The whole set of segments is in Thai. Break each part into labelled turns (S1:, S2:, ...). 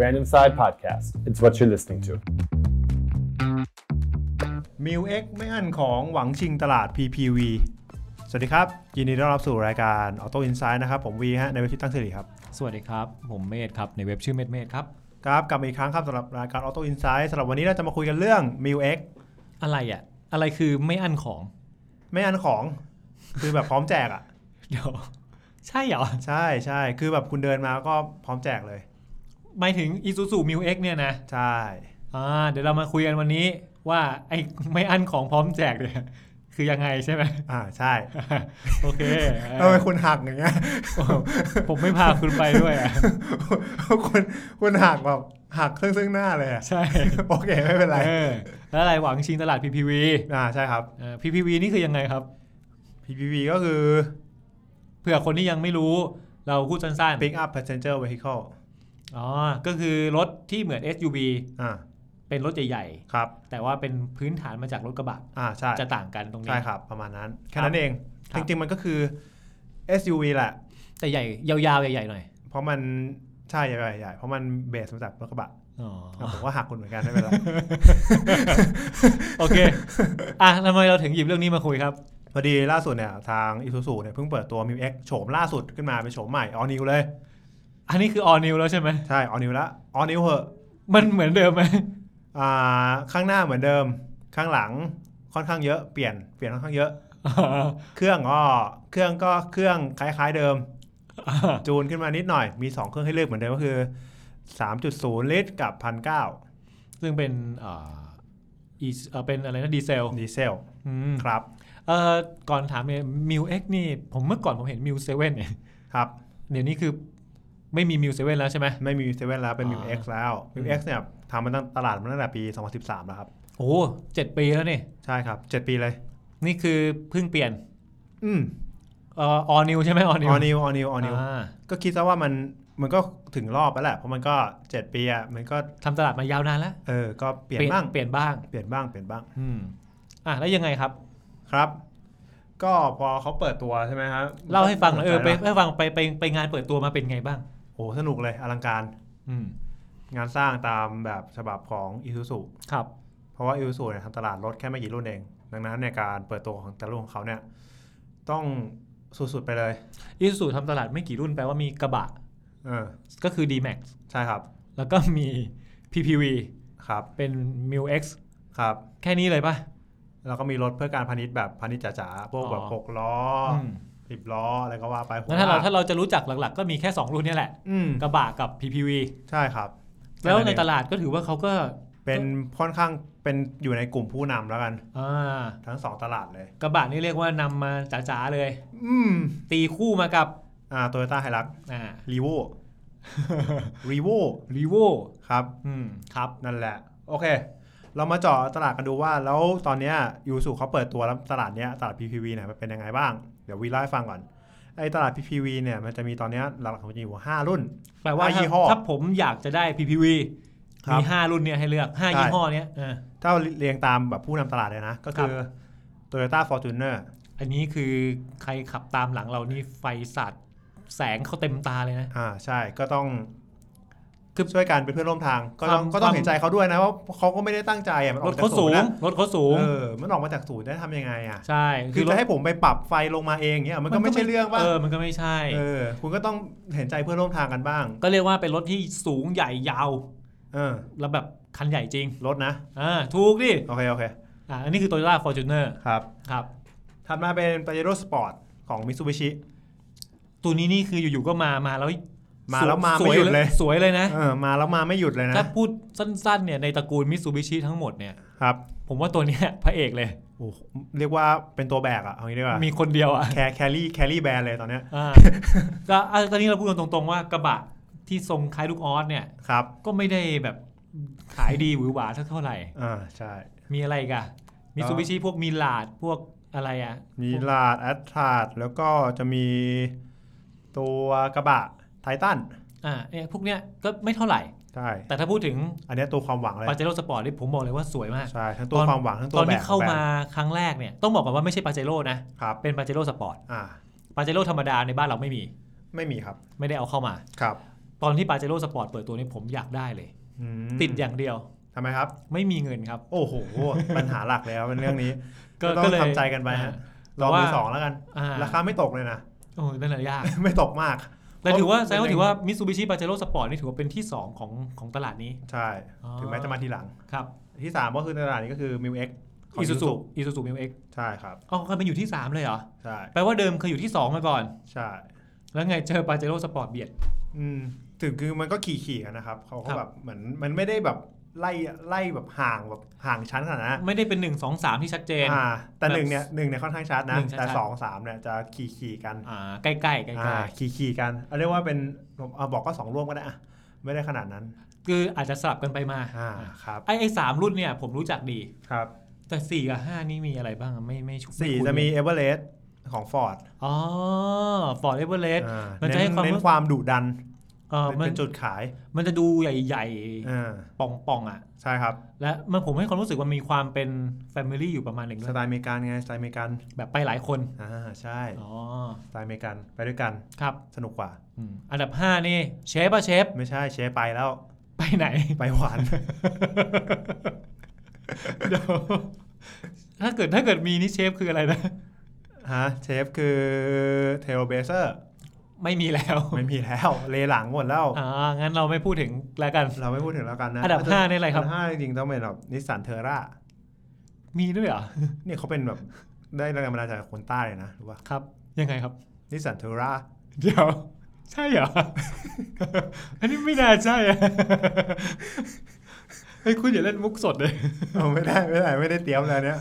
S1: Random Side Podcast. It's what you're listening to.
S2: มิวเอ็กไม่อันของหวังชิงตลาด PPV สวัสดีครับ ยินดีต้อนรับสู่รายการ Auto Insight นะครับ ผมวีฮะในเว็บที่ตั้งสิริครับ
S3: สวัสดีครับ ผมเมธครับ ในเว็บชื่อเมธเมธครับ
S2: ครับกลับมาอีกครั้งครับสำหรับรายการ Auto Insight สำหรับวันนี้เราจะมาคุยกันเรื่อง m i l X
S3: อะไรอ่ะ อะไรคือไม่อั้นของ
S2: ไม่อันของ คือแบบพร้อมแจกอ่ะ
S3: เดี๋ยว ใช่เหรอ
S2: ใช่ใช่คือแบบคุณเดินมาก็พร้อมแจกเลย
S3: หมายถึง Isuzu m i l X เนี่ยนะ
S2: ใช่
S3: อ่าเดี๋ยวเรามาคุยกันวันนี้ว่าไอ้ไม่อั้นของพร้อมแจกเนี่ยคือยังไงใช่ ไหม
S2: อ่าใช่
S3: โอเค
S2: ทำไมคุณหักอย่างเงี้ย
S3: ผมไม่พาคุณไปด้วยอ่ะ
S2: คุณคุณหักแบบหักซึ่งซึ่งหน้าเลยอะ
S3: ใช่
S2: โอเคไม่เป็นไร
S3: เออแล้วอะไรหวังชิงตลาด PPV
S2: อ่าใช่ครับ
S3: อ่า PPV นี่คือยังไงครับ
S2: PPV ก็คือ
S3: เผื่อคนที่ยังไม่รู้เราพูดสั้น
S2: Pick Up Passenger Vehicle
S3: ๆอ๋อก็คือรถที่เหมือน SUV
S2: อ่า
S3: เป็นรถใหญ่ๆ
S2: ครับ
S3: แต่ว่าเป็นพื้นฐานมาจากรถกระบะ
S2: อ่าใช่
S3: จะต่างกันตรงนี้
S2: ใช่ครับ ประมาณนั้น แค่
S3: ครับ
S2: นั้นเอง
S3: ครั
S2: จ
S3: บ
S2: ริง ๆ มันก็คือ SUV แหละ
S3: แต่ใหญ่ยาวๆใหญ่ๆหน่อย
S2: เพราะมันใช่ใหญ่ๆใหญ่ๆเพราะมันเบสมาจากรถกระบะ
S3: อ๋อ
S2: อ่ะผมว่าหักคุณเหมือนกันไม่เป็นไร
S3: โอเค อ่ะทำไมเราถึงหยิบเรื่องนี้มาคุยครับ
S2: พอดีล่าสุดเนี่ย ทาง Isuzu เนี่ยเพิ่งเปิดตัว m i x โฉมล่าสุดขึ้นมา เป็นโฉมใหม่ All New เลย
S3: อันนี้คือ all new แล้วใช่ไหม
S2: ใช่ All New ละ All New เหอะ
S3: มันเหมือนเดิมไหม
S2: อ่าข้างหน้าเหมือนเดิม ข้างหลังค่อนข้างเยอะ เปลี่ยน เปลี่ยนค่อนข้างเย อะ
S3: อ่า
S2: เครื่องก็เครื่องก็เครื่องคล้าย ๆเดิม จูนขึ้นมานิดหน่อย มี 2 เครื่องให้เลือกเหมือนเดิมก็คือ 3.0 ลิตรกับ 1,900
S3: ซึ่งเป็นเอ่อ is- เอ่อเป็นอะไรนะดีเซล
S2: ดีเซล
S3: อืม
S2: ครับ
S3: เอ่อก่อนถามเนี่ยมิวเอ็กนี่ผมเมื่อก่อนผมเห็นมิวเซเว่นเนี่ย
S2: ครับ
S3: เดี๋ยวนี้คือไม่มีมิวเซเว่นแล้วใช่ไหม
S2: ไม่มีเซเว่นแล้วเป็น m ิว
S3: อ่า
S2: X แล้ว m ิว X เนี่ยทำมาตั้งตลาดมาตั้งแต่ปี 2013 แล้วครับ
S3: โอ้เจ็ดปีแล้วนี่
S2: ใช่ครับ 7 ปีเลย
S3: นี่คือเพิ่งเปลี่ยน
S2: อืม
S3: เอ่อ all new ใช่ไหม all
S2: อ
S3: new
S2: อนิวออนิวออนิว
S3: า
S2: ก็คิดซะว่ามันมันก็ถึงรอบแล้วแหละ เพราะมันก็ 7 ปีอ่ะมันก็
S3: ทำตลาดมายาวนานแล้ว
S2: เออก็เปลี่ยนบ้าง
S3: เปลี่ยนบ้าง
S2: เปลี่ยนบ้างเปลี่ยนบ้าง
S3: อืม อ่ะ แล้วยังไงครับ
S2: ครับ ก็พอเขาเปิดตัวใช่ไหมครับ
S3: เล่าให้ฟังหน่อยเออไป
S2: สนใจนะ
S3: ให้ฟังไปไปไปงานเปิดตัวมาเป็นไงบ้าง
S2: โอ้สนุกเลยอลังการ
S3: อืม
S2: งานสร้างตามแบบฉบับของอิซูซุ
S3: ครับ
S2: เพราะว่าอิซูซุเนี่ยทำตลาดรถแค่ไม่กี่รุ่นเอง ดังนั้นในยการเปิดตัวของแต่ละรุ่นของเขาเนี่ยต้องสุดๆไปเลย
S3: อีสุทำตลาดไม่กี่รุ่นแปลว่ามีกระบะ
S2: เออ
S3: ก็คือ D-Max
S2: ใช่ครับ
S3: แล้วก็มี PPV
S2: ครับ
S3: เป็น m i l X
S2: ครับ
S3: แค่นี้เลยป่ะ
S2: แล้วก็มีรถเพื่อการพาณิชย์แบบพาณิชย์จ๋าๆ พวกแบบ
S3: อ๋อ
S2: หกล้ออ
S3: ม
S2: สิบล้ออะไรก็ว่าไป
S3: งั้นถ้า
S2: ผ
S3: เรา
S2: มว่
S3: ถ้าเราจะรู้จักหลักๆ ก็มีแค่ 2 รุ่นเนี่ยแหละ
S2: อืม
S3: กระบะกับ PPV
S2: ใช่ครับ
S3: แล้วใน
S2: เอง
S3: ตลาดก็ถือว่าเขาก็
S2: เป็นค่อนข้างเป็นอยู่ในกลุ่มผู้นำแล้วกัน
S3: อ่า
S2: ทั้งสองตลาดเลย
S3: กระบะนี่เรียกว่านำมาจ๋าๆเลย
S2: อืม
S3: ตีคู่มากับ
S2: อ่าโตโยต้าไฮรัก
S3: อ่า
S2: รี โว รีโว
S3: รีโว
S2: ครับ
S3: อืม ครับ
S2: นั่นแหละ โอเค เรามาเจาะตลาดกันดูว่า แล้วตอนเนี้ยยูสุเขาเปิดตัวแล้วตลาดเนี้ยตลาด PPV เนี่ยมันเป็นยังไงบ้าง เดี๋ยววีเล่าให้ฟังก่อนไอ้ตลาด PPV เนี่ยมันจะมีตอนเนี้ยหลักๆของมันจะอยู่ห้ารุ่น
S3: แปลว่า
S2: ห้า
S3: ถ้า
S2: ยี่ห้อ
S3: ถ้าผมอยากจะได้ PPV
S2: ครับ
S3: มีห้ารุ่นเนี่ยให้เลือกห้า
S2: ใช่
S3: ยี่ห้อเนี้ยเออ
S2: ถ้าเรียงตามแบบผู้นำตลาดเลยนะ ก็คือ Toyota Fortuner
S3: อันนี้คือใครขับตามหลังเรานี่ไฟสัตว์แสงเขาเต็มตาเลยนะ
S2: อ่าใช่ก็ต้อง
S3: คือ
S2: ช่วยกันเป็นเพื่อนร่วมทาง ก็ต้อง
S3: ความ
S2: ก็ต้อง
S3: ความ
S2: เห็นใจเขาด้วยนะว่าเขาก็ไม่ได้ตั้งใจอ่ะมันอ
S3: ร
S2: อ
S3: ถ
S2: กมาจา
S3: เขา
S2: ก
S3: สู
S2: ศูน
S3: ง
S2: ย์นะ
S3: รถเขาสูง
S2: เออมันออกมาจากศูนย์ได้ทำยังไงอ่ะ
S3: ใช่
S2: คือจะให้ผมไปปรับไฟลงมาเองเนี่ยมันก็ไม่ใช่เรื่องว่า
S3: เออมันก็ไม่ใช่
S2: เออ คุณก็ต้องเห็นใจเพื่อนร่วมทางกันบ้าง
S3: ก็เรียกว่าเป็นรถที่สูงใหญ่ยาว
S2: เออ
S3: แล้วแบบคันใหญ่จริง
S2: รถนะ
S3: อ่า ถูกดิ
S2: โอเค โอเค
S3: อ่าอันนี้คือ Toyota Fortuner
S2: ครับ
S3: ครับ
S2: ถัดมาเป็น Pajero Sport ของ Mitsubishi
S3: ตัวนี้นี่คืออยู่ๆก็มามาแล้ว
S2: มาแล้วมา
S3: ส
S2: ไม่หยุดเลย
S3: สวยเลยนะ
S2: เออมาแล้วมาไม่หยุดเลยนะ
S3: ถ้าพูดสั้นๆเนี่ยในตระกูลมิตซูบิชิทั้งหมดเนี่ย
S2: ครับ
S3: ผมว่าตัวเนี้ยพระเอกเลย
S2: โอ้โหเรียกว่าเป็นตัวแบกอะเอางี้ดีกว่า
S3: มีคนเดียวอ่ะ
S2: แคร์แครี่แครี่แบรนด์เลยตอนเนี้ย
S3: อ่า ก็อ่ะตอนนี้เราพูดกันตรงๆว่ากระบะที่ทรงคล้ายลูกออสเนี่ย
S2: ครับ
S3: ก็ไม่ได้แบบขายดีหวือหวาสักเท่าไหร่
S2: อ่า ใช่
S3: มีอะไรอีกันมิซูบิชิพวกมีลาดพวกอะไรอ่ะ
S2: มีลาดแอตทาดแล้วก็จะมีตัวกระบะไททัน
S3: อ่าเนี่ยพวกเนี้ยก็ไม่เท่าไหร่
S2: ใช่
S3: แต่ถ้าพูดถึง
S2: อันเนี้ยตัวความหวังเลย
S3: ปาเจโร่สปอร์ตนี่ผมบอกเลยว่าสวยมาก
S2: ใช่ ทั้งตัว
S3: ตอน
S2: ความหวังทั้งตั
S3: ต
S2: ว
S3: อน
S2: แบ
S3: ที่
S2: ก
S3: เข้า
S2: แบรน
S3: มา
S2: ด์
S3: ครั้งแรกเนี่ยต้องบอกก่อนว่าไม่ใช่ปาเจโร่นะ
S2: ครับ
S3: เป็นปาเจโร่สปอร์ต
S2: อ่า
S3: ปาเจโร่ธรรมดาในบ้านเราไม่มี
S2: ไม่มีครับ
S3: ไม่ได้เอาเข้ามา
S2: ครับ
S3: ตอนที่ปาเจโร่สปอร์ตเปิดตัวนี้ผมอยากได้เลย
S2: อืม
S3: ติดอย่างเดียว
S2: ทำไมครับ
S3: ไม่มีเงินครับ
S2: โอ้โห ปัญหาหลักเลยครับเป็นเรื่องนี้
S3: ก็
S2: ก็ต้อง
S3: ก็เลย
S2: ทำใจกันไปฮะ ร
S3: แต่
S2: อ
S3: ว่า
S2: มือสองแล้วกัน
S3: อ่า
S2: ราคาไม่ตกเลยนะ
S3: โอ้ยนั่นแหละยาก
S2: ไม่ตกมาก
S3: แต่ถือว่า
S2: เพราะ
S3: แสดงว่าถือว่ามิตซูบิชิปาเจโร่สปอร์ตนี่ถือว่าเป็นที่ 2 ของของตลาดนี้
S2: ใช่
S3: อ๋อ
S2: ถึงแม้จะมาทีหลัง
S3: ครับ
S2: ที่ 3 ก็คือในตลาดนี้ก็คือ m ิวเอ็ก
S3: อีซูซูอีซูซูมิวเอ็ก
S2: ใช่ครับ
S3: อ๋อเคยเป็นอยู่ที่ 3 เลยเหรอ
S2: ใช่
S3: แปลว่าเดิมเคยอยู่ที่ 2 มาก่อน
S2: ใช่
S3: แล้วไงเจอปาเจโร่สปอร์ตเบียด
S2: อืมถึงคือมันก็ขี่ขี่ๆกันนะครับ เขาก็
S3: ครับ
S2: แบบเหมือนมันไม่ได้แบบไล่ไล่แบบห่างแบบห่างชั้นขนาดนั้นนะ
S3: ไม่ได้เป็น 1 2 3 ที่ชัดเจน
S2: อ่า แต่หนึ่งเนี่ยหนึ่งเนี่ยค่อนข้างชัดนะ
S3: หนึ่งชัดๆ
S2: แต่สองสามเนี่ยจะขี่ขี่ๆกัน
S3: อ่าใกล้ๆใกล้
S2: อ่า
S3: ๆ
S2: ขี่ขี่ๆกันเอาเรียกว่าเป็นผมเอาบอกก็สองร่วมก็ได้อะไม่ได้ขนาดนั้น
S3: คืออาจจะสลับกันไปมา
S2: อ่าครับ
S3: ไอไอสามรุ่นเนี่ยผมรู้จักดี
S2: ครับ
S3: แต่สี่กับห้านี่มีอะไรบ้างไม่ไม่ชุบ
S2: สี่จะมีเอเวอเรสต์ของฟอร์ด
S3: อ๋อฟอร์ดเอเวอเรสต์ มัน
S2: เน้
S3: จะให้
S2: น
S3: ความ
S2: เน้นความดุดัน
S3: เออมัน
S2: เป็นจุดขาย
S3: มันจะดูใหญ่
S2: อ่า
S3: ๆป่องป่องๆอ่ะ
S2: ใช่ครับ
S3: และมันผมให้ความรู้สึกว่ามีความเป็น Family อยู่ประมาณหนึ่งด้
S2: ส
S3: วย
S2: ไตล์อเมริกันไงสไตล์อเมริกัน
S3: แบบไปหลายคน
S2: อ่าใช่
S3: อ๋อ
S2: สไตล์อเมริกันไปด้วยกัน
S3: ครับ
S2: สนุกกว่า
S3: อืมอันดับ 5 นี่เชฟป่ะเชฟ
S2: ไม่ใช่เชฟไปแล้ว
S3: ไปไหน
S2: ไปหวาน
S3: เดี๋ยวถ้าเกิดถ้าเกิดมีนี่เชฟคืออะไรนะ
S2: ฮะเชฟคือเทลเบเซอร์
S3: ไม่มีแล้ว
S2: ไม่มีแล้ว เลหลังหมดแล้ว
S3: อ่างั้นเราไม่พูดถึงแล้วกัน
S2: เราไม่พูดถึงแล้วกันนะ
S3: อันดับห้านี่อะไรครับ
S2: นดับห้าจริงๆต้องเป็นแบบนิสสันเทอร่า
S3: มีด้วยเหรอ
S2: เนี่ยเขาเป็นแบบ ได้แรงบันดาลใจจากคนใต้เลยนะรู้ป่ะ
S3: ครับ ยังไงครับ
S2: นิสสันเทอร่า
S3: เดี๋ยว ใช่เหรอ อันนี้ไม่น่าใช่อะ เฮ้ยคุณอย่าเล่นมุกสดเลย
S2: เอาไม่ได้ไม่ได้ไม่ได้เตรียมเลยเนี่ย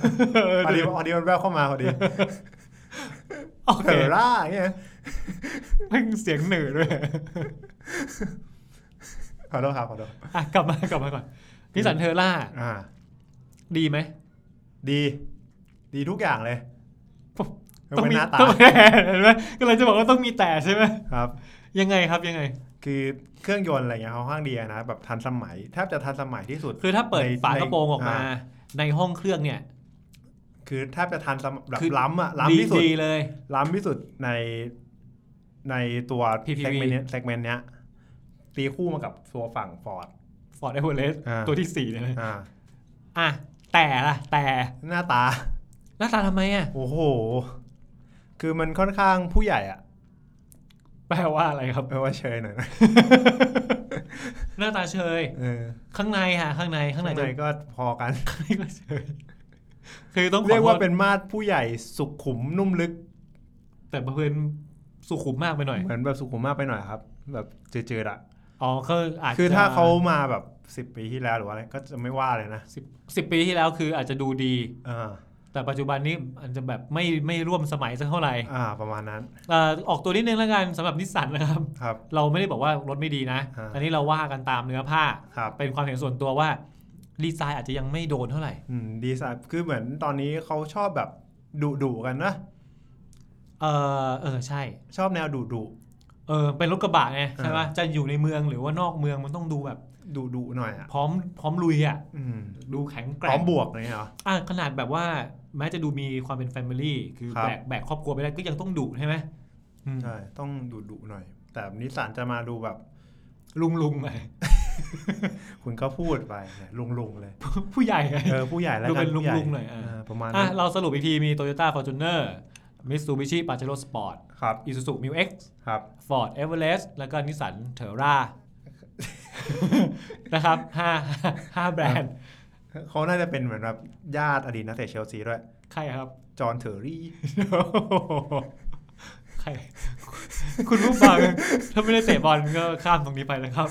S2: พอดีพอดีมันแววเข้ามาพอดี
S3: โอ
S2: เท
S3: เค
S2: อร่าเนี่ย
S3: แม่งเสียงเหนือด้วย
S2: ขอโทษครับขอโทษ
S3: อ่ะกลับมากลับมาก่อนนิสันเทอร่า
S2: อ่า
S3: ดีไหม
S2: ดี ดีทุกอย่างเลยยก
S3: ต้อง
S2: เว้น
S3: มี
S2: หน้าตา
S3: ต้อง มีเห็นไหมก็เลยจะบอกว่าต้องมีแต่ใช่ไหม
S2: ครับ
S3: ยังไงครับยังไง
S2: คือเครื่องยนต์อะไรเงี้ยเขาข้างดีอะนะแบบทันสมัยแทบจะทันสมัยที่สุด
S3: คือถ้าเปิด
S2: ใน
S3: ฝากระโปรงออกมา
S2: อ่า
S3: ในห้องเครื่องเนี่ย
S2: คือแทบจะทันสมัยแบบ
S3: คือ
S2: ล้ำอะล้ำ
S3: ดี
S2: ที่สุด
S3: ดีเลย
S2: ล้ำที่สุดในในตัว
S3: PPV
S2: เซกเมนต์เนี้ย segment เนี้ยตีคู่มากับตัวฝั่งฟอร์ด
S3: ฟอร์ดเอเวอเรส
S2: อ่า
S3: ตัวที่สี่เนี่ยนะ
S2: อ่า
S3: อ่ะแต่ล่ะแต่
S2: หน้าตา
S3: หน้าตาทำไมอ่ะ
S2: โอ้โห คือมันค่อนข้างผู้ใหญ่อะ
S3: แปลว่าอะไรครับ
S2: ไม่ว่าเชยหน่อยนะ
S3: หน้าตาเชย
S2: เออ
S3: ข้างในค่ะ ข้างในข้างใน
S2: ข้างในก็พอกัน
S3: ข้างในก็เชยคือต้องขอ
S2: เรียกว่า
S3: โทษ
S2: เป็นมาดผู้ใหญ่สุขุมนุ่มลึก
S3: แต่เพื่อนสุขุมมากไปหน่อย
S2: เหมือนแบบสุขุมมากไปหน่อยครับ แบบจืดๆอะ
S3: อ๋อก็อาจจะ
S2: คือถ้าเขามาแบบสิบปีที่แล้วหรือว่าอะไรก็จะไม่ว่าเลยนะ
S3: สิบสิบปีที่แล้วคืออาจจะดูดี
S2: อ่า
S3: แต่ปัจจุบันนี้อาจจะแบบไม่ไม่ร่วมสมัยสักเท่าไหร่
S2: อ่าประมาณนั้น
S3: เอ่อออกตัวนิดนึงแล้วกันสำหรับนิสสันนะครับ
S2: ครับ
S3: เราไม่ได้บอกว่ารถไม่ดีนะ
S2: ฮะ
S3: อันนี้เราว่ากันตามเนื้อผ้า
S2: ครับ
S3: เป็นความเห็นส่วนตัวว่าดีไซน์อาจจะยังไม่โดนเท่าไหร่
S2: อืมดีไซน์คือเหมือนตอนนี้เขาชอบแบบดุดุๆกันนะ
S3: เออเออใช่
S2: ชอบแนวดุดุ
S3: เออเป็นรถกระบะไงใช่ไหม
S2: อ่า
S3: จะอยู่ในเมืองหรือว่านอกเมืองมันต้องดูแบบ
S2: ดุดุๆหน่อยอ่ะ
S3: พร้อมพร้อมลุยอ่ะ
S2: อืม
S3: ดูแข็งแก
S2: พ
S3: ร่
S2: ร้อง มบวกอะไรอย่างเงี้ยเหรอ
S3: อ่ะขนาดแบบว่าแม้จะดูมีความเป็นแฟมิลี่คือ
S2: ครับ
S3: แบกแบกครอบครัวไปได้ก็ยังต้องดุใช่ไหมอืม
S2: ใช่ต้องดุดุๆหน่อย แต่นิสสันจะมาดูแบบ
S3: ลุงลุงๆไป
S2: คุณก็พูดไปเนี่ยลุงๆ เลย
S3: ผู้ใหญ่ไง
S2: เออผู้ใหญ่แล้ว
S3: ดู
S2: กั
S3: เป็น น
S2: ผู้ใญ่
S3: ลุงๆหน่อยอ่ะ
S2: าประมาณ
S3: อ่ะ
S2: นั้น
S3: เราสรุปอีกทีมี Toyota Fortuner Mitsubishi Pajero Sport
S2: ครับ
S3: Isuzu Mil X
S2: ครับ
S3: Ford Everest แล้วก็ Nissan Terra นะครับห้าห้าแบรนด์
S2: เขาน่าจะเป็นเหมือนแบบญาติอดีตนักเตะเชลซีด้วย
S3: ใครครับ
S2: จอห์นเทอร์รี่
S3: ใคร คุณผู้ฟัง ถ้าไม่ได้เตะบอลก็ข้ามตรงนี้ไปนะครับ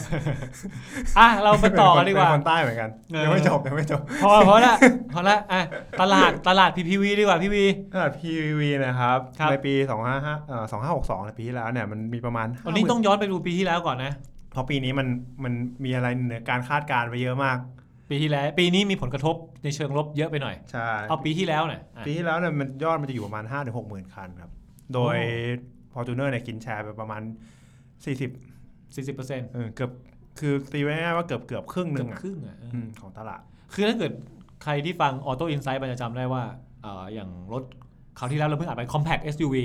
S3: อ่ะ เราไปต่อกันดีกว่า
S2: เป็นคนใต้เหมือนกัน
S3: เออ
S2: ยังไม่จบยังไม่จบ
S3: พอพอละพอละอ่ะตลาดตลาดพีพีวีดีกว่าพี่วี
S2: ตลาด PVV นะครับ
S3: ครับ
S2: ในปี 25เอ่อ2562ในปีที่แล้วเนี่ยมันมีประมาณ
S3: ตอนนี้ต้องย้อนไปดูปีที่แล้วก่อนนะ
S2: 50,000เพราะปีนี้มันมันมีอะไรเหนือการคาดการณ์ไปเยอะมาก
S3: ปีที่แล้ว ปีนี้มีผลกระทบในเชิงลบเยอะไปหน่อย
S2: ใช่
S3: เอาปีที่แล้วหน่อยอ่ะ
S2: ปีที่แล้วเนี่ยมันยอดมันจะอยู่ประมาณ 5 6 0 0 0 คันครับ โดย f o r t u n e r เนี่ยกินแชร์ไปประมาณ 40
S3: 40%เปอร์เซ็นต์
S2: เออเกือบคือตีไว้ง่ายๆว่าเกือบเกือบครึ่งห
S3: เกื
S2: นึ่
S3: อง บ
S2: อ่ะ
S3: ครึ่งอ่ะเอออ
S2: อืมของตลาด
S3: คือถ้าเกิดใครที่ฟังออโต้อินไซต์มันจะจำได้ว่าเอ่ออย่างรถ คราวที่แล้วเราเพิ่งอ่านไป compact SUV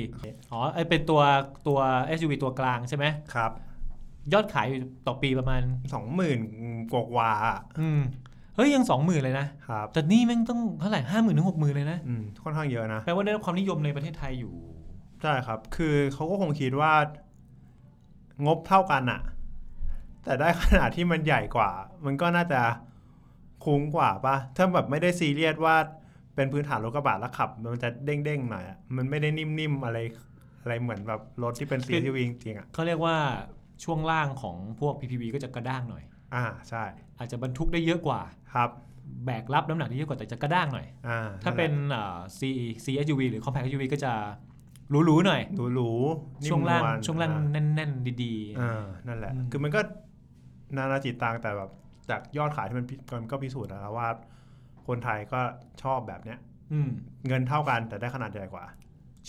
S3: อ๋อไอเป็นตัวตัว SUV ตัวกลางใช่ไหม
S2: ครับ
S3: ยอดขายอยู่ต่อปีประมาณ
S2: สองหมื่นกว่ากว่าอะ
S3: อืมเฮ้ยยังสองหมื่นเลยนะ
S2: ครับ
S3: แต่นี่แม่งต้องเท่าไหร่ห้าหมื่นถึงหกหมื่นเลยนะ
S2: อืมค่อนข้างเยอะนะ
S3: แปลว่าได้รับความนิยมในประเทศไทยอยู่
S2: ใช่ครับ คือเขาก็คงคิดว่างบเท่ากันอะแต่ได้ขนาดที่มันใหญ่กว่า มันก็น่าจะคุ้มกว่าปะถ้าแบบไม่ได้ซีเรียสว่าเป็นพื้นฐานรถกระบะแล้วขับ มันจะเด้งๆหน่อยอะมันไม่ได้นิ่มๆอะไรอะไรเหมือนแบบรถที่เป็นซีทีวีจริงๆอะ
S3: เขาเรียกว่าช่วงล่างของพวก PPV ก็จะกระด้างหน่อย
S2: อ่าใช่
S3: อาจจะบรรทุกได้เยอะกว่า
S2: ครับ
S3: แบกรับน้ำหนักได้เยอะกว่าแต่จะกระด้างหน่อย
S2: อ่า
S3: ถ้าเป็นเอ่อ C C S U V หรือ Compact S U V ก็จะหรูๆหน่อย
S2: หรูหรูๆนิ่ม
S3: ช่วงล่าง
S2: นล
S3: ช่วงล่าง
S2: อ่
S3: แน่นๆ ดีๆ
S2: อ่านั่นแหละ
S3: อืม
S2: คือมันก็นานาจิตตังแต่แบบจากยอดขายที่มันพิมันก็พิสูจน์แล้วนะว่า คนไทยก็ชอบแบบเนี้ย
S3: อืม
S2: เงินเท่ากันแต่ได้ขนาดใหญ่กว่า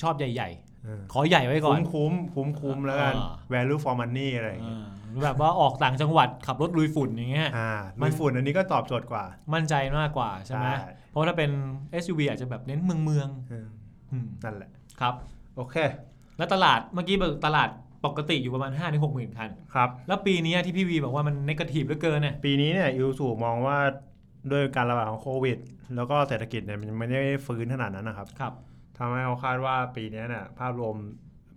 S3: ชอบใหญ่
S2: เออ
S3: ๆ ขอใหญ่ไว้ก่อ
S2: คุ้
S3: น
S2: มคุ้มคุ้มคุ้มแล้วกัน
S3: อ่า
S2: value for money อะไรอย่างเงี้ย
S3: อ่าแบบว่าออกต่างจังหวัดขับรถลุยฝุ่นอย่างเงี้ย
S2: อ่า
S3: มั
S2: มัน นฝุ่นอันนี้ก็ตอบโจทย์กว่า
S3: มั่นใจมากกว่าใช่ไหม
S2: ใช่
S3: เพราะว่าถ้าเป็น SUV อาจจะแบบเน้นเมืองเมือง
S2: เออ
S3: ๆอืม
S2: นั่นแหละ
S3: ครับ
S2: โอเค
S3: แล้วตลาดเมื่อกี้บอกตลาดปกติอยู่ประมาณ 5 6 0 0 0 0คัน
S2: ครับ
S3: แล้วปีนี้ที่พี่วีบอกว่ามันนกาทีฟเหลือเกินเนี่ย
S2: ปีนี้เนี่ยอิวสูมองว่าด้วยการระบาดของโควิด แล้วก็เศรษฐกิจเนี่ยมันไม่ได้ฟื้นขนาดนั้นนะครับ
S3: ครับ
S2: ทำให้เขาคาดว่าปีเนี้ยเนี่ยภาพรวม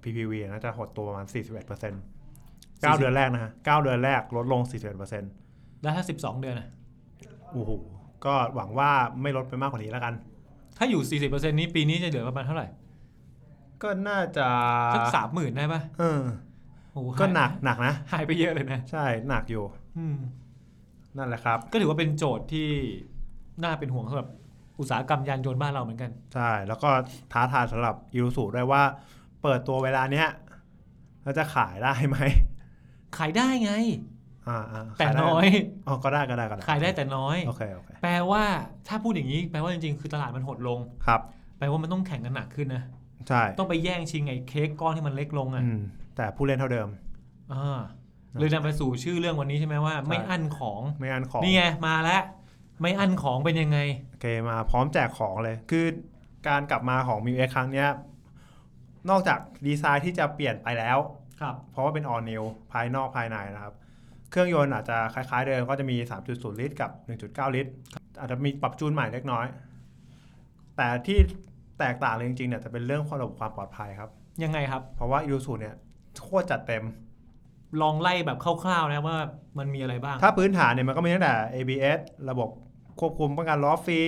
S2: PPV น่าจะหดตัวประมาณ 41% 9
S3: 40
S2: เดือนแรกนะฮะ9เดือนแรกลดลง 41%
S3: แล้วถ้า 12 เดือนนะ
S2: โอ้โหก็หวังว่าไม่ลดไปมากกว่านี้แล้วกัน
S3: ถ้าอยู่ 40%นี้ปีนี้จะเหลือประมาณเท่าไหร่
S2: ก็น่าจะ
S3: สักสามหมื่นได้ปะ
S2: เออ
S3: โอ้โ
S2: ก็หนักหนักนะ
S3: หายไปเยอะเลยนะ
S2: ใช่หนักอยู่
S3: อืม
S2: นั่นแหละครับ
S3: ก็ถือว่าเป็นโจทย์ที่น่าเป็นห่วงสำหรับอุตสาหกรรมยานยนต์บ้านเราเหมือนกัน
S2: ใช่ แล้วก็ท้าทายสำหรับอิ u สูด้วยว่า เปิดตัวเวลาเนี้ยเราจะขายได้ไหม
S3: ขายได้ไง
S2: อ่าอ่า
S3: แต่
S2: ขายได้
S3: น้อย
S2: อ๋อก็ได้ก็ได้ก็ได้
S3: ขายได้แต่น้อย
S2: โอเคโอเค
S3: แปลว่าถ้าพูดอย่างนี้แปลว่าจริงๆ คือตลาดมันหดลง
S2: ครับ
S3: แปลว่ามันต้องแข่งกันหนักขึ้นนะ
S2: ใช่
S3: ต้องไปแย่งชิงไอ้เค้กก้อนที่มันเล็กลงอ่ะ
S2: อืมแต่ผู้เล่นเท่าเดิม
S3: อ่าเลยนำไปสู่ชื่อเรื่องวันนี้ใช่ไหมว่า ไม่อั้นของ
S2: ไม่อันของ
S3: นี่ไงมาแล้ว ไม่อั้นของเป็นยังไง
S2: โอเคมาพร้อมแจกของเลย คือการกลับมาของมิวเอ็กครั้งเนี้ยนอกจากดีไซน์ที่จะเปลี่ยนไปแล้ว
S3: ครับ
S2: เพราะว่าเป็น all new ภายนอกภายในนะครับ เครื่องยนต์อาจจะคล้ายๆเดิมก็จะมี 3.0 ลิตรกับ 1.9 ลิตร อาจจะมีปรับจูนใหม่เล็กน้อย แต่ที่แตกต่างเลยจริงๆเนี่ยจะเป็นเรื่องความระบบความปลอดภัยครับ
S3: ยังไงครับ
S2: เพราะว่ายูสูเนี่ยโคตรจัดเต็ม
S3: ลองไล่แบบคร่าวๆนะว่ามันมีอะไรบ้าง
S2: ถ้าพื้นฐานเนี่ยมันก็มีตั้งแต่ ABS ระบบควบคุมป้องกันล้อฟรี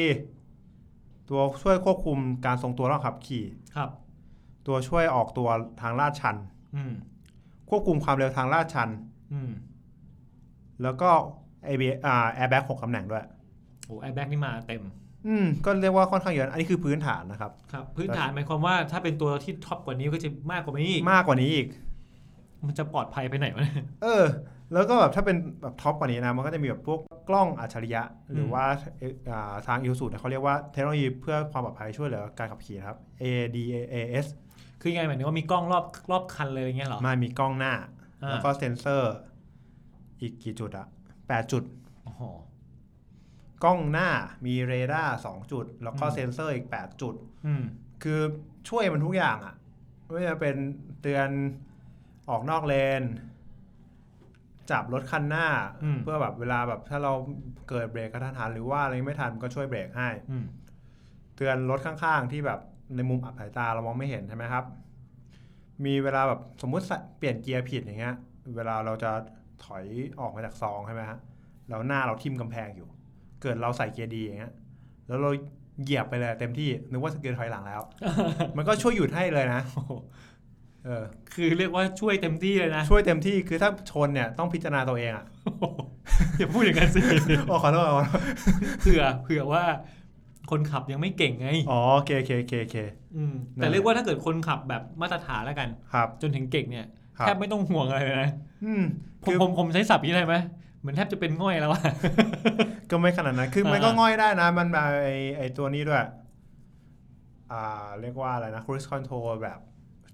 S2: ตัวช่วยควบคุมการทรงตัวระหว่างขับขี่
S3: ครับ
S2: ตัวช่วยออกตัวทางลาดชัน
S3: อืม
S2: ควบคุมความเร็วทางลาดชัน
S3: อืม
S2: แล้วก็ ABS อ่า airbag หกตำแหน่งด้วย
S3: โอ้แอร์แบ็กนี่มาเต็ม
S2: อืมก็เรียกว่าค่อนข้างเยอะอันนี้คือพื้นฐานนะครับ
S3: ครับ พื้นฐานหมายความว่าถ้าเป็นตัวที่ท็อปกว่านี้ก็จะมากกว่านี้อีก
S2: มากกว่านี้อีก
S3: มัน จะปลอดภัยไปไหนวะเนี่ย
S2: เออ แล้วก็แบบถ้าเป็นแบบท็อปกว่านี้นะ มันก็จะมีแบบพวกกล้องอัจฉริยะ หรือว่าเอ่ออ่าทางอิวสูตรเขาเรียกว่าเทคโนโลยีเพื่อความปลอดภัยช่วยเหลือการขับขี่นะครับ ADAS
S3: คือยังไงหมายถึงว่ามีกล้องรอบรอบคันเลยอย่างเงี้ยเหรอ
S2: มามีกล้องหน้า
S3: อ่า
S2: แล้วก็เซ็นเซอร์ อีกกี่จุดอะแปดจุด
S3: โอ้โห
S2: กล้องหน้ามีเรดาร์สองจุด แล้วก็
S3: อืม
S2: เซ็นเซอร์อีก 8 จุด
S3: อืม
S2: คือช่วยมันทุกอย่างอะไม่ว่าจะเป็นเตือนออกนอกเลน จับรถคันหน้า
S3: อืม
S2: เพื่อแบบเวลาแบบถ้าเราเกิดเบรกกระทันหันหรือว่าอะไรไม่ทันก็ช่วยเบรกให้
S3: อืม
S2: เตือนรถข้างๆ ที่แบบในมุมอับสายตาเรามองไม่เห็นใช่ไหมครับ มีเวลาแบบสมมุติเปลี่ยนเกียร์ผิดอย่างเงี้ย เวลาเราจะถอยออกมาจากซองใช่ไหมฮะแล้วหน้าเราทิ่มกำแพงอยู่ เกิดเราใส่เกียร์ดีอย่างเงี้ย แล้วเราเหยียบไปเลยเต็มที่นึกว่าเกียร์ถอยหลั งแล้ว มันก็ช่วยหยุดให้เลยนะ
S3: โอ้โห
S2: เออ
S3: คือเรียกว่าช่วยเต็มที่เลยนะ
S2: ช่วยเต็มที่คือถ้าชนเนี่ยต้องพิจารณาตัวเองอ่ะ
S3: โอ้โหอย่าพูดอย่างนั้นสิ
S2: โอ้ขอโทษขอโทษ
S3: เผื่อเผื่อว่าคนขับยังไม่เก่งไง
S2: อ๋อโอเคโอเคโอเคโอเค
S3: อืม
S2: นั่
S3: แต่
S2: นแหละ
S3: เรียกว่าถ้าเกิดคนขับแบบมาตรฐานแล้วกัน
S2: ครับ
S3: จนถึงเก่งเนี่ย
S2: ครับ
S3: แทบไม่ต้องห่วงอะไรเลยนะ
S2: อืม
S3: ผม
S2: คือ
S3: ผมผมใช้ศัพท์อย่างนี้ได้ไหมเหมือนแทบจะเป็นง่อยแล้วอะ
S2: ก็ไม่ขนาดนั้น คือมัน
S3: อ่า
S2: ก็ง่อยได้นะ มันแบบไอไอตัวนี้ด้วย อ่า เรียกว่าอะไรนะ cruise control แบบ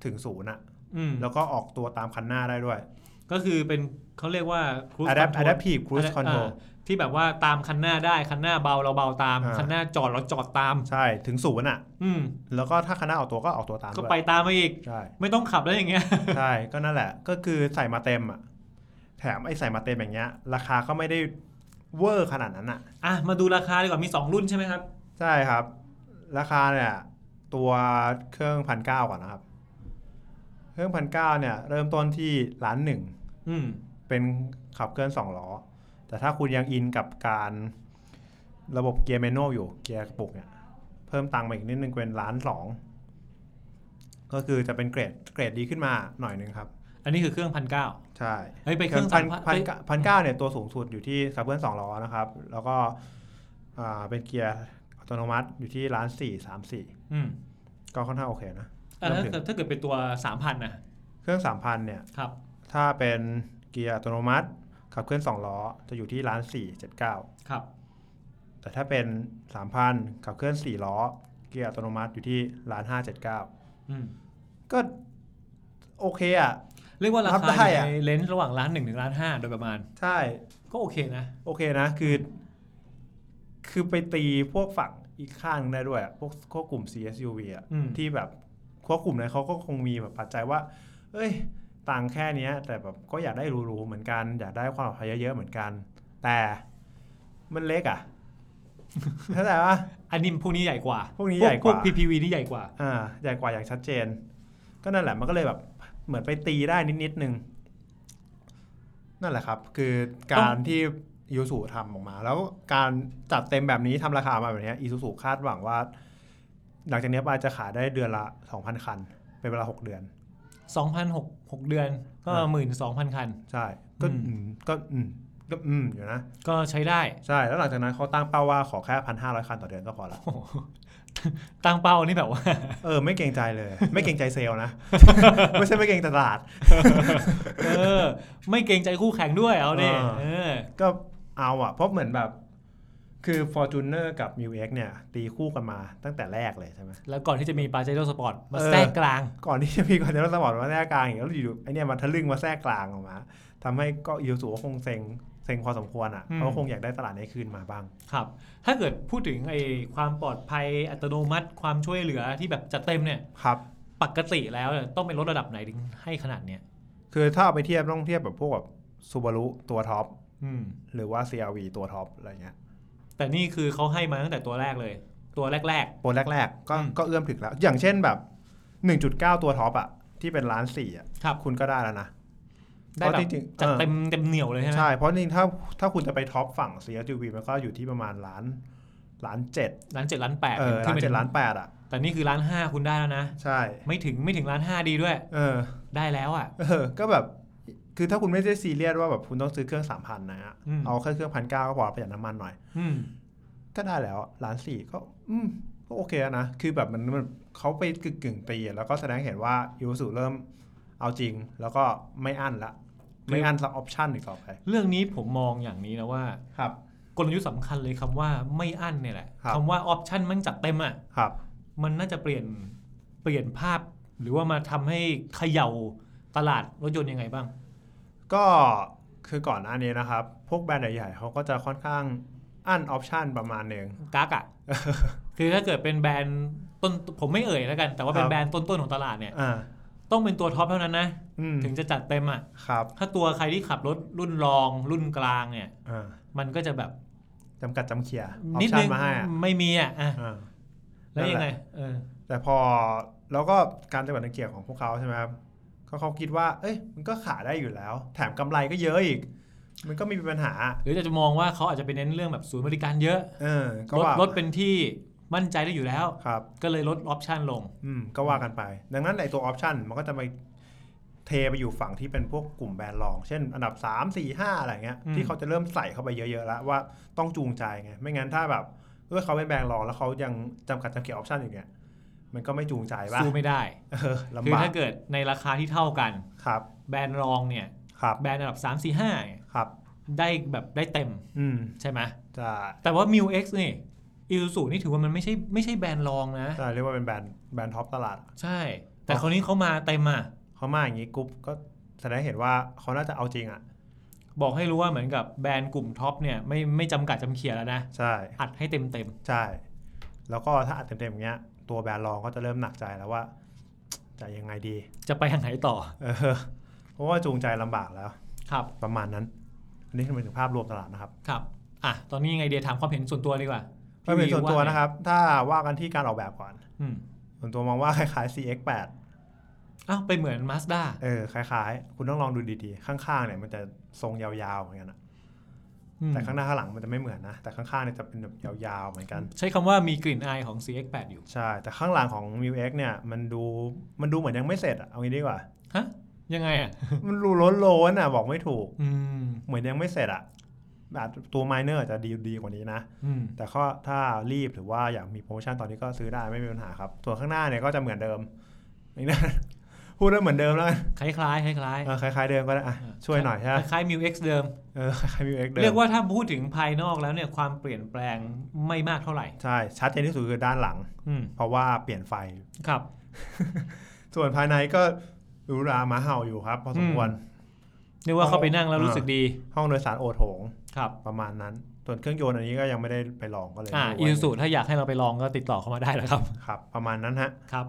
S2: ถึงศูนย์อะ
S3: อืม
S2: แล้วก็ออกตัวตามคันหน้าได้ด้วย
S3: ก็คือเป็นเขาเรียกว่า cruise
S2: adapt
S3: control
S2: adaptive cruise control
S3: อ่าที่แบบว่าตามคันหน้าได้คันหน้าเบาเราเบาตาม
S2: อ่า
S3: คันหน้าจอดเราจอดตาม
S2: ใช่ถึงศูนย์อ่ะ
S3: อืม
S2: แล้วก็ถ้าคณะออกตัวก็ออกตัวตาม
S3: ก็
S2: ด้วย
S3: ไปตามมาอีก
S2: ใช่
S3: ไม่ต้องขับแล้วอย่างเงี้ย
S2: ใช่ ก็นั่นแหละ ก็คือใส่มาเต็มอ่ะ แถมไอ้ใส่มาเต็มอย่างเงี้ย ราคาก็ไม่ได้เวอร์ขนาดนั้นอ่ะ
S3: อ่ะมาดูราคาดีกว่ามี 2 รุ่นใช่ไหมครับ
S2: ใช่ครับ ราคาเนี่ยตัวเครื่องพันเก้าก่อนนะครับ เครื่องพันเก้าเนี่ย เริ่มต้นที่ล้านหนึ่ง
S3: อืม
S2: เป็นขับเคลื่อนสองล้อ แต่ถ้าคุณยังอินกับการระบบเกียร์แมนนวลอยู่เกียร์กระปุกเนี่ย เพิ่มตังค์มาอีกนิดนึงเป็นล้านสองก็คือจะเป็นเกรดเกรดดีขึ้นมาหน่อยนึงครับ
S3: อันนี้คือเครื่องพันเก้า
S2: ใช่
S3: เฮ้ยไปเครื่อง
S2: พั
S3: สาน ม
S2: พัน
S3: เอ้ย
S2: เก้าพันเก้าเนี่ยตัวสูงสุดอยู่ที่ซับเบิลสองล้อนะครับ แล้วก็อ่าเป็นเกียร์อัตโนมัติอยู่ที่ล้านสี่สามสี่
S3: อืม
S2: ก็ค่อนข้างโอเคนะ
S3: อ่ะ
S2: เริ่มถึง
S3: ถ้าเกิดถ้าเกิดเป็นตัวสามพันนะ
S2: เครื่องสามพันเนี่ย
S3: ครับ
S2: ถ้าเป็นเกียร์อัตโนมัติ ขับเคลื่อนสองล้อ จะอยู่ที่ล้านสี่เจ็ดเก้า
S3: ครับ
S2: แต่ถ้าเป็นสามพันขับเคลื่อนสี่ล้อ เกียร์อัตโนมัติอยู่ที่ล้านห้าเจ็ดเก้า
S3: อืม
S2: ก็โอเคอ่ะ
S3: เรียกว่ารา
S2: รับ
S3: คา
S2: ได้
S3: อยู่
S2: อะ
S3: ในเลนส์ระหว่างล้านหนึ่งถึงล้านห้าโดยประมาณ
S2: ใช่
S3: ก็โอเคนะ
S2: โอเคนะคือ คือไปตีพวกฝั่งอีกข้างได้ด้วยอะพวกพวกกลุ่ม CSUV อ่ะ
S3: อืม
S2: ที่แบบควบกลุ่มนั้นเขาก็คงมีแบบปัจจัยว่า เอ้ย ต่างค์แค่เนี้ย แต่แบบก็อยากได้หรูๆเหมือนกัน อยากได้ความปลอดภัยเยอะๆเหมือนกัน แต่มันเล็ก อ่ะ เข้าใจปะ
S3: อันนี้พวกนี้ใหญ่กว่า
S2: พวกนี้ใหญ่กว่า
S3: พวก PPV นี่ใหญ่กว่า
S2: อ่าใหญ่กว่าอย่างชัดเจน ก็นั่นแหละมันก็เลยแบบเหมือนไปตีได้นิดๆนึง นั่นแหละครับ คือการที่ยูสูทำออกมา แล้วการจัดเต็มแบบนี้ทำราคามาแบบเนี้อีซูซูคาดหวังว่า หลังจากเนี้ยไปจะขายได้เดือนละ 2,000 คัน เป็นเวลา 6 เดือน
S3: 2,006หกเดือนก็
S2: อ่า
S3: หมื่นสองพันคัน
S2: ใช่ ก็
S3: อืม
S2: อืมก็อืมก็อืมอยู่นะ
S3: ก็ใช้ได้
S2: ใช่ แล้วหลังจากนั้นเขาตั้งเป้าว่าขอแค่ 1,500 คันต่อเดือนก็พอละ
S3: โอ้โห ตั้งเป้านี่แบบว่า
S2: เออ ไม่เกรงใจเลย ไม่เกรงใจเซลล์นะ ไม่ใช่ไม่เกรงตลาด
S3: เออ ไม่เกรงใจคู่แข่งด้วยเอาดิ
S2: อ่า
S3: เออ
S2: ก็เอาอ่ะ เพราะเหมือนแบบ คือ Fortuner กับ m u x เนี่ย ตีคู่กันมาตั้งแต่แรกเลยใช่ไหม
S3: แล้วก่อนที่จะมีปาเจโร่สปอร์ตมา
S2: เออ
S3: แทรกกลาง
S2: ก่อนที่จะมีคอนเทนต์สปอร์ตมาแทรกกลางอย่างแล้วอยู่ๆไอเนี่ยมันทะลึ่งมาแทรกกลางออกมาทำให้ก็ยูสูก็คงเซ็งเซ็งพอสมควรอ่ะ
S3: อืม
S2: เพราะคงอยากได้ตลาดนี้คืนมาบ้าง
S3: ครับ ถ้าเกิดพูดถึงไอ้ความปลอดภัยอัตโนมัติความช่วยเหลือที่แบบจัดเต็มเนี่ย
S2: ครับ
S3: ปกติแล้วเนี่ยต้องเป็นรถระดับไหนถึงให้ขนาดเนี้ย
S2: คือถ้าเอาไปเทียบต้องเทียบแบบพวกแบบซูบารุตัวท็อป
S3: อืม
S2: หรือว่า CRV ตัวท็อปอะไรเงี้ย
S3: แต่นี่คือเขาให้มาตั้งแต่ตัวแรกเลย ตัวแรก
S2: โปรแรก ๆ ก็
S3: อืม
S2: ก็เอื้อมถึงแล้ว อย่างเช่นแบบ 1.9 ตัวท็อปอ่ะที่เป็นล้านสี่อ่ะ
S3: ๆ ครับ
S2: คุณก็ได้แล้วนะ
S3: ได้
S2: เพ
S3: แบ
S2: ราะ
S3: บ
S2: จริงๆ
S3: จัด
S2: ออ
S3: เต็มเต็มเหนียวเลยใช่ไหม
S2: ใช่ เพราะจริงๆถ้าถ้าคุณจะไปท็อปฝั่ง CSUV มันก็อยู่ที่ประมาณล้านล้านเจ็ด
S3: ร้านเจ็ดร้านแปด
S2: เออ
S3: ที่
S2: ล้าน
S3: ป็
S2: เจ็ดล้านแปดอ่ะ
S3: แต่นี่คือร้านห้าคุณได้แล้วนะ
S2: ใช่
S3: ไม่ถึงไม่ถึงร้านห้าดีด้วย
S2: เออ
S3: ได้แล้วอ่ะ
S2: เออ ก็แบบ คือถ้าคุณไม่ได้ซีเรียสว่าแบบคุณต้องซื้อเครื่องสามพันนะฮะ
S3: อืม
S2: เอาแค่เครื่องพันเก้าก็พอประหยัดน้ำมันหน่อย
S3: อืม
S2: ก็ได้แล้วล้านสี่ก็ อืมก็โอเคแล้วนะ คือแบบมันมันเขาไปกึ่งกึ่งๆตีอะแล้วก็แสดงให้เห็นว่ายูสุเริ่มเอาจริง แล้วก็ไม่อั้นละ ไม่อั้นสับออปชั่นอีกต่อไป
S3: เรื่องนี้ผมมองอย่างนี้นะว่า
S2: ครับ
S3: กลยุทธ์สำคัญเลยคำว่าไม่อั้นเนี่ยแหละ
S2: ครับ
S3: คำว่าออปชั n นมันจัดเต็มอ่ะ
S2: ครับ
S3: มันน่าจะเปลี่ยนเปลี่ยนภาพ หรือว่ามาทำให้เขย่าตลาดรถยนต์ยังไงบ้าง
S2: ก็คือก่อนหน้านี้นะครับ พวกแบรนด์ใหญ่ๆเขาก็จะค่อนข้างอั้นออปชันประมาณหนึ่ง
S3: กักอ่ะ คือถ้าเกิดเป็นแบรนด์ต้นผมไม่เอ่ยแล้วกัน แต่ว่า
S2: ค
S3: เป็
S2: รั
S3: น
S2: บ
S3: แบรนด์ต้นๆของตลาดเนี่ย
S2: อ่า
S3: ต้องเป็นตัวท็อปเท่านั้นนะ
S2: อืม
S3: ถึงจะจัดเต็มอ่ะ
S2: ครับ
S3: ถ้าตัวใครที่ขับรถรุ่นรองรุ่นกลางเนี่ย
S2: อ่า
S3: มันก็จะแบบ
S2: จำกัดจำเขียออป
S3: นิด
S2: ชั
S3: นึ
S2: น
S3: ง
S2: มาให้อ่ะ
S3: ไม่มีอ่ะอ่ะ
S2: อ่า
S3: แล้ว
S2: นั่น
S3: ยัง
S2: แห
S3: ไง
S2: ละ
S3: เออ
S2: แต่พอแล้วก็การจำกัดจำเขียของพวกเขาใช่ไหมครับก็เขาคิดว่า เอ้ยมันก็ขายได้อยู่แล้ว แถมกำไรก็เยอะอีก มันก็ไมมีปัญหา
S3: หรือจะจะมองว่าเขาอาจจะไปเน้นเรื่องแบบศูนย์บริการเยอะ
S2: เออ ก็
S3: รถ
S2: ว่าร
S3: ถเป็นที่มั่นใจได้อยู่แล้ว
S2: ครับ
S3: ก็เลยลดออปชันลง
S2: อืมก็ว่ากันไป ดังนั้นไอตัวออปชันมันก็จะไปเทไปอยู่ฝั่งที่เป็นพวกกลุ่มแบรนด์รอง เช่นอันดับ 3 4 5 อะไรเงี้ย
S3: อืม
S2: ที่เขาจะเริ่มใส่เข้าไปเยอะๆแล้วว่าต้องจูงใจไง ไม่งั้นถ้าแบบเออเขาเป็นแบรนด์รองแล้วเขายังจำกัดจำเขียออปชันอย่างเงี้ยมันก็ไม่จูงใจป่ะ
S3: สู้ไม่ได้
S2: เออ
S3: คือบ
S2: ลำาก
S3: ถ้าเกิดในราคาที่เท่ากัน
S2: ครับ
S3: แบรนด์รองเนี่ย
S2: ครับ
S3: แบรนด์อันดับ 3 4 5เนี่ย
S2: ครับ
S3: ได้แบบได้เต็ม
S2: อืม
S3: ใช่ไหม
S2: จะ
S3: แต่ว่า m i u X นี่อิซูซูนี่ถือว่ามันไม่ใช่ไม่ใช่แบรนด์รองนะ
S2: จะเรียกว่าเป็นแบรนด์แบรนด์ท็อปตลาด
S3: ใช่ แต่คราวนี้เขามาเต็มอ่ะ
S2: เขามาอย่างงี้กรุ๊ปก็ แสดงให้เห็นว่าเขาน่าจะเอาจริงอ่ะ
S3: บอกให้รู้ว่าเหมือนกับแบรนด์กลุ่มท็อปเนี่ยไม่ไม่จำกัดจำเขียแล้วนะ
S2: ใช่
S3: อัดให้เต็มเต็ม
S2: ใช่ แล้วก็ถ้าอัดเต็มๆอย่างเงี้ย ตัวแบรนด์รองก็จะเริ่มหนักใจแล้วว่า จะยังไงดี
S3: ๆจะไปทางไหนต่อ
S2: เออ เพราะว่าจูงใจลำบากแล้ว
S3: ครับ
S2: ประมาณนั้น อันนี้คือหมายถึงภาพรวมตลาดนะครับ
S3: ครับอ่ะตอนนี้ยังไงเดียถามความเห็นส่วนตัวดีกว่า
S2: ก็เป็นส่วนตัว
S3: ไง
S2: นะครับ ถ้าว่ากันที่การออกแบบก่อน
S3: อืม
S2: ส่วนตัวมองว่าคล้ายๆ CX8
S3: อ้าวไปเหมือนมาสด้า
S2: เออคล้ายๆ คุณต้องลองดูดีๆ ข้างๆเนี่ยมันจะทรงยาวๆเหมือนกันอะแต่ข้างหน้าข้างหลังมันจะไม่เหมือนนะ แต่ข้างๆเนี่ยจะเป็นแบบยาวๆเหมือนกัน
S3: ใช้คำว่ามีกลิ่นอายของ CX8 อยู่
S2: ใช่ แต่ข้างหลังของ m i x เนี่ยมันดูมันดูเหมือนยังไม่เสร็จอะเอางี้ดีกว่า
S3: ฮะยังไงอ่ะ
S2: มันดูล้นโลนๆอะบอกไม่ถูก
S3: อืม
S2: เหมือนยังไม่เสร็จอะอาจตัวไมเนอร์จะดีดีกว่านี้นะ
S3: อืม
S2: แต่ก็ถ้ารีบหรือว่าอยากมีโปรโมชั่นตอนนี้ก็ซื้อได้ไม่มีปัญหาครับ ส่วนข้างหน้าเนี่ยก็จะเหมือนเดิม นี่นะ พูดได้เหมือนเดิมแล้วกัน
S3: คล้ายๆคล้าย
S2: เออคล้ายๆเดิมก็ได้อะ
S3: ๆ
S2: ช่วยหน่อยใช่ไหม
S3: คล้ายๆ Mu X เดิม
S2: เออคล้ายๆมิวเอ็กเดิ
S3: เรีย
S2: ม
S3: กว่าถ้าพูดถึงภายนอกแล้วเนี่ยความเปลี่ยนแปลงไม่มากเท่าไหร่
S2: ใช่ ชัดเจนที่สุดคือด้านหลัง
S3: อืม
S2: เพราะว่าเปลี่ยนไฟ
S3: ครับ
S2: ส่วนภายในก็หรูหราหมาเห่าอยู่ครับพอสมควร
S3: เรียกว่าเข้าไปนั่งแล้วรู้สึกดี
S2: ห้องโดยสารโอโถง
S3: ครับ
S2: ประมาณนั้น ส่วนเครื่องยนต์อันนี้ก็ยังไม่ได้ไปลองก็เลย
S3: อ่า
S2: ไม่
S3: อี
S2: รู้
S3: ซูซูถ้าอยากให้เราไปลองก็ติดต่อเข้ามาได้แล้วครับ
S2: ครับ ประมาณนั้นฮะ
S3: ครับ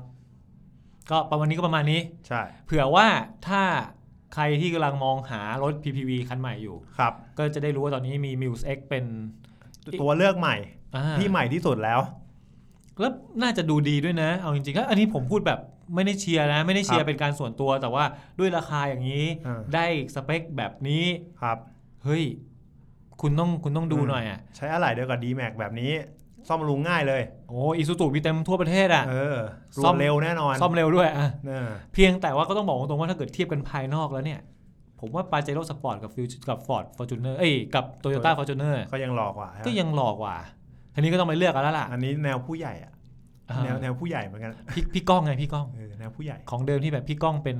S3: ก็ประมาณนี้ก็ประมาณนี้
S2: ใช่
S3: เผื่อว่าถ้าใครที่กำลังมองหารถ PPV คันใหม่อยู่
S2: ครับ
S3: ก็จะได้รู้ว่าตอนนี้มี Muse X เป็น
S2: ตตัวเลือกใหม่
S3: อ่า
S2: ที่ใหม่ที่สุดแล้ว
S3: แล้วน่าจะดูดีด้วยนะ เอาจริงๆก็อันนี้ผมพูดแบบไม่ได้เชียร์นะ ไม่ได้เชีย
S2: ครั
S3: ร์
S2: บ
S3: เป็นการส่วนตัว แต่ว่าด้วยราคาอย่างนี้
S2: อ่า
S3: ได้สเปคแบบนี้
S2: ครับ
S3: เฮ้ย คุณต้องคุณต้องดู
S2: อืม
S3: หน่อยอ่ะ
S2: ใช้อะไรเดียวกับ d m a x แบบนี้ ซ่อมรุงง่ายเลย
S3: โอ้อีซูซูมีเต็มทั่วประเทศอ่ะ
S2: เออร
S3: ซ่
S2: ว
S3: อ
S2: ม
S3: ม
S2: เร็วแน่นอน
S3: ซ่อมเร็วด้วยอ่ะ
S2: เออ
S3: เพียงแต่ว่าก็ต้องบอกตรงๆว่าถ้าเกิดเทียบกันภายนอกแล้วเนี่ย ผมว่าปาเจโร่สปอร์ตกับฟิวกับฟอร์ดฟอร์จูเนอร์เอ้ยกับโตโยต้าฟอร์จูเนอร์
S2: ก็ยังหลอกกว่าฮะ
S3: ก็ยังหลอกกว่าทีนี้ก็ต้องไปเลือกกันแล้วล่ะ
S2: อันนี้แนวผู้ใหญ่อะ
S3: อ่า
S2: แนวแนวผู้ใหญ่เหมือนกัน
S3: พี่พี่ก้องไงพี่ก้อง
S2: เออแนวผู้ใหญ่
S3: ของเดิมที่แบบพี่ก้องเป็น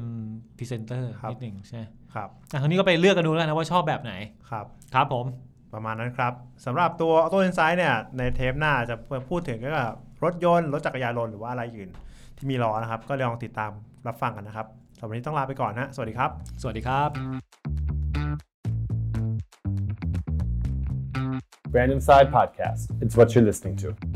S3: พรีเซนเตอร์
S2: ครับ
S3: นิดหนึ่งใช่ไหม
S2: ครับ
S3: อ่ะทีนี้ก็ไปเลือกกันดูแล้วนะว่าชอบแบบไหน
S2: ครับ
S3: ครับผม
S2: ประมาณนั้นครับสำหรับตัว Auto Insight เนี่ยในเทปหน้าจะพูดถึงเกี่ยวกับรถยนต์ รถจักรยานยนต์หรือว่าอะไรอื่น ที่มีล้อนะครับ ก็ลองติดตามรับฟังกันนะครับสำหรับวันนี้ต้องลาไปก่อนนะสวัสดีครับ
S3: สวัสดีครับ
S1: Brand Inside Podcast. It's what you're listening to.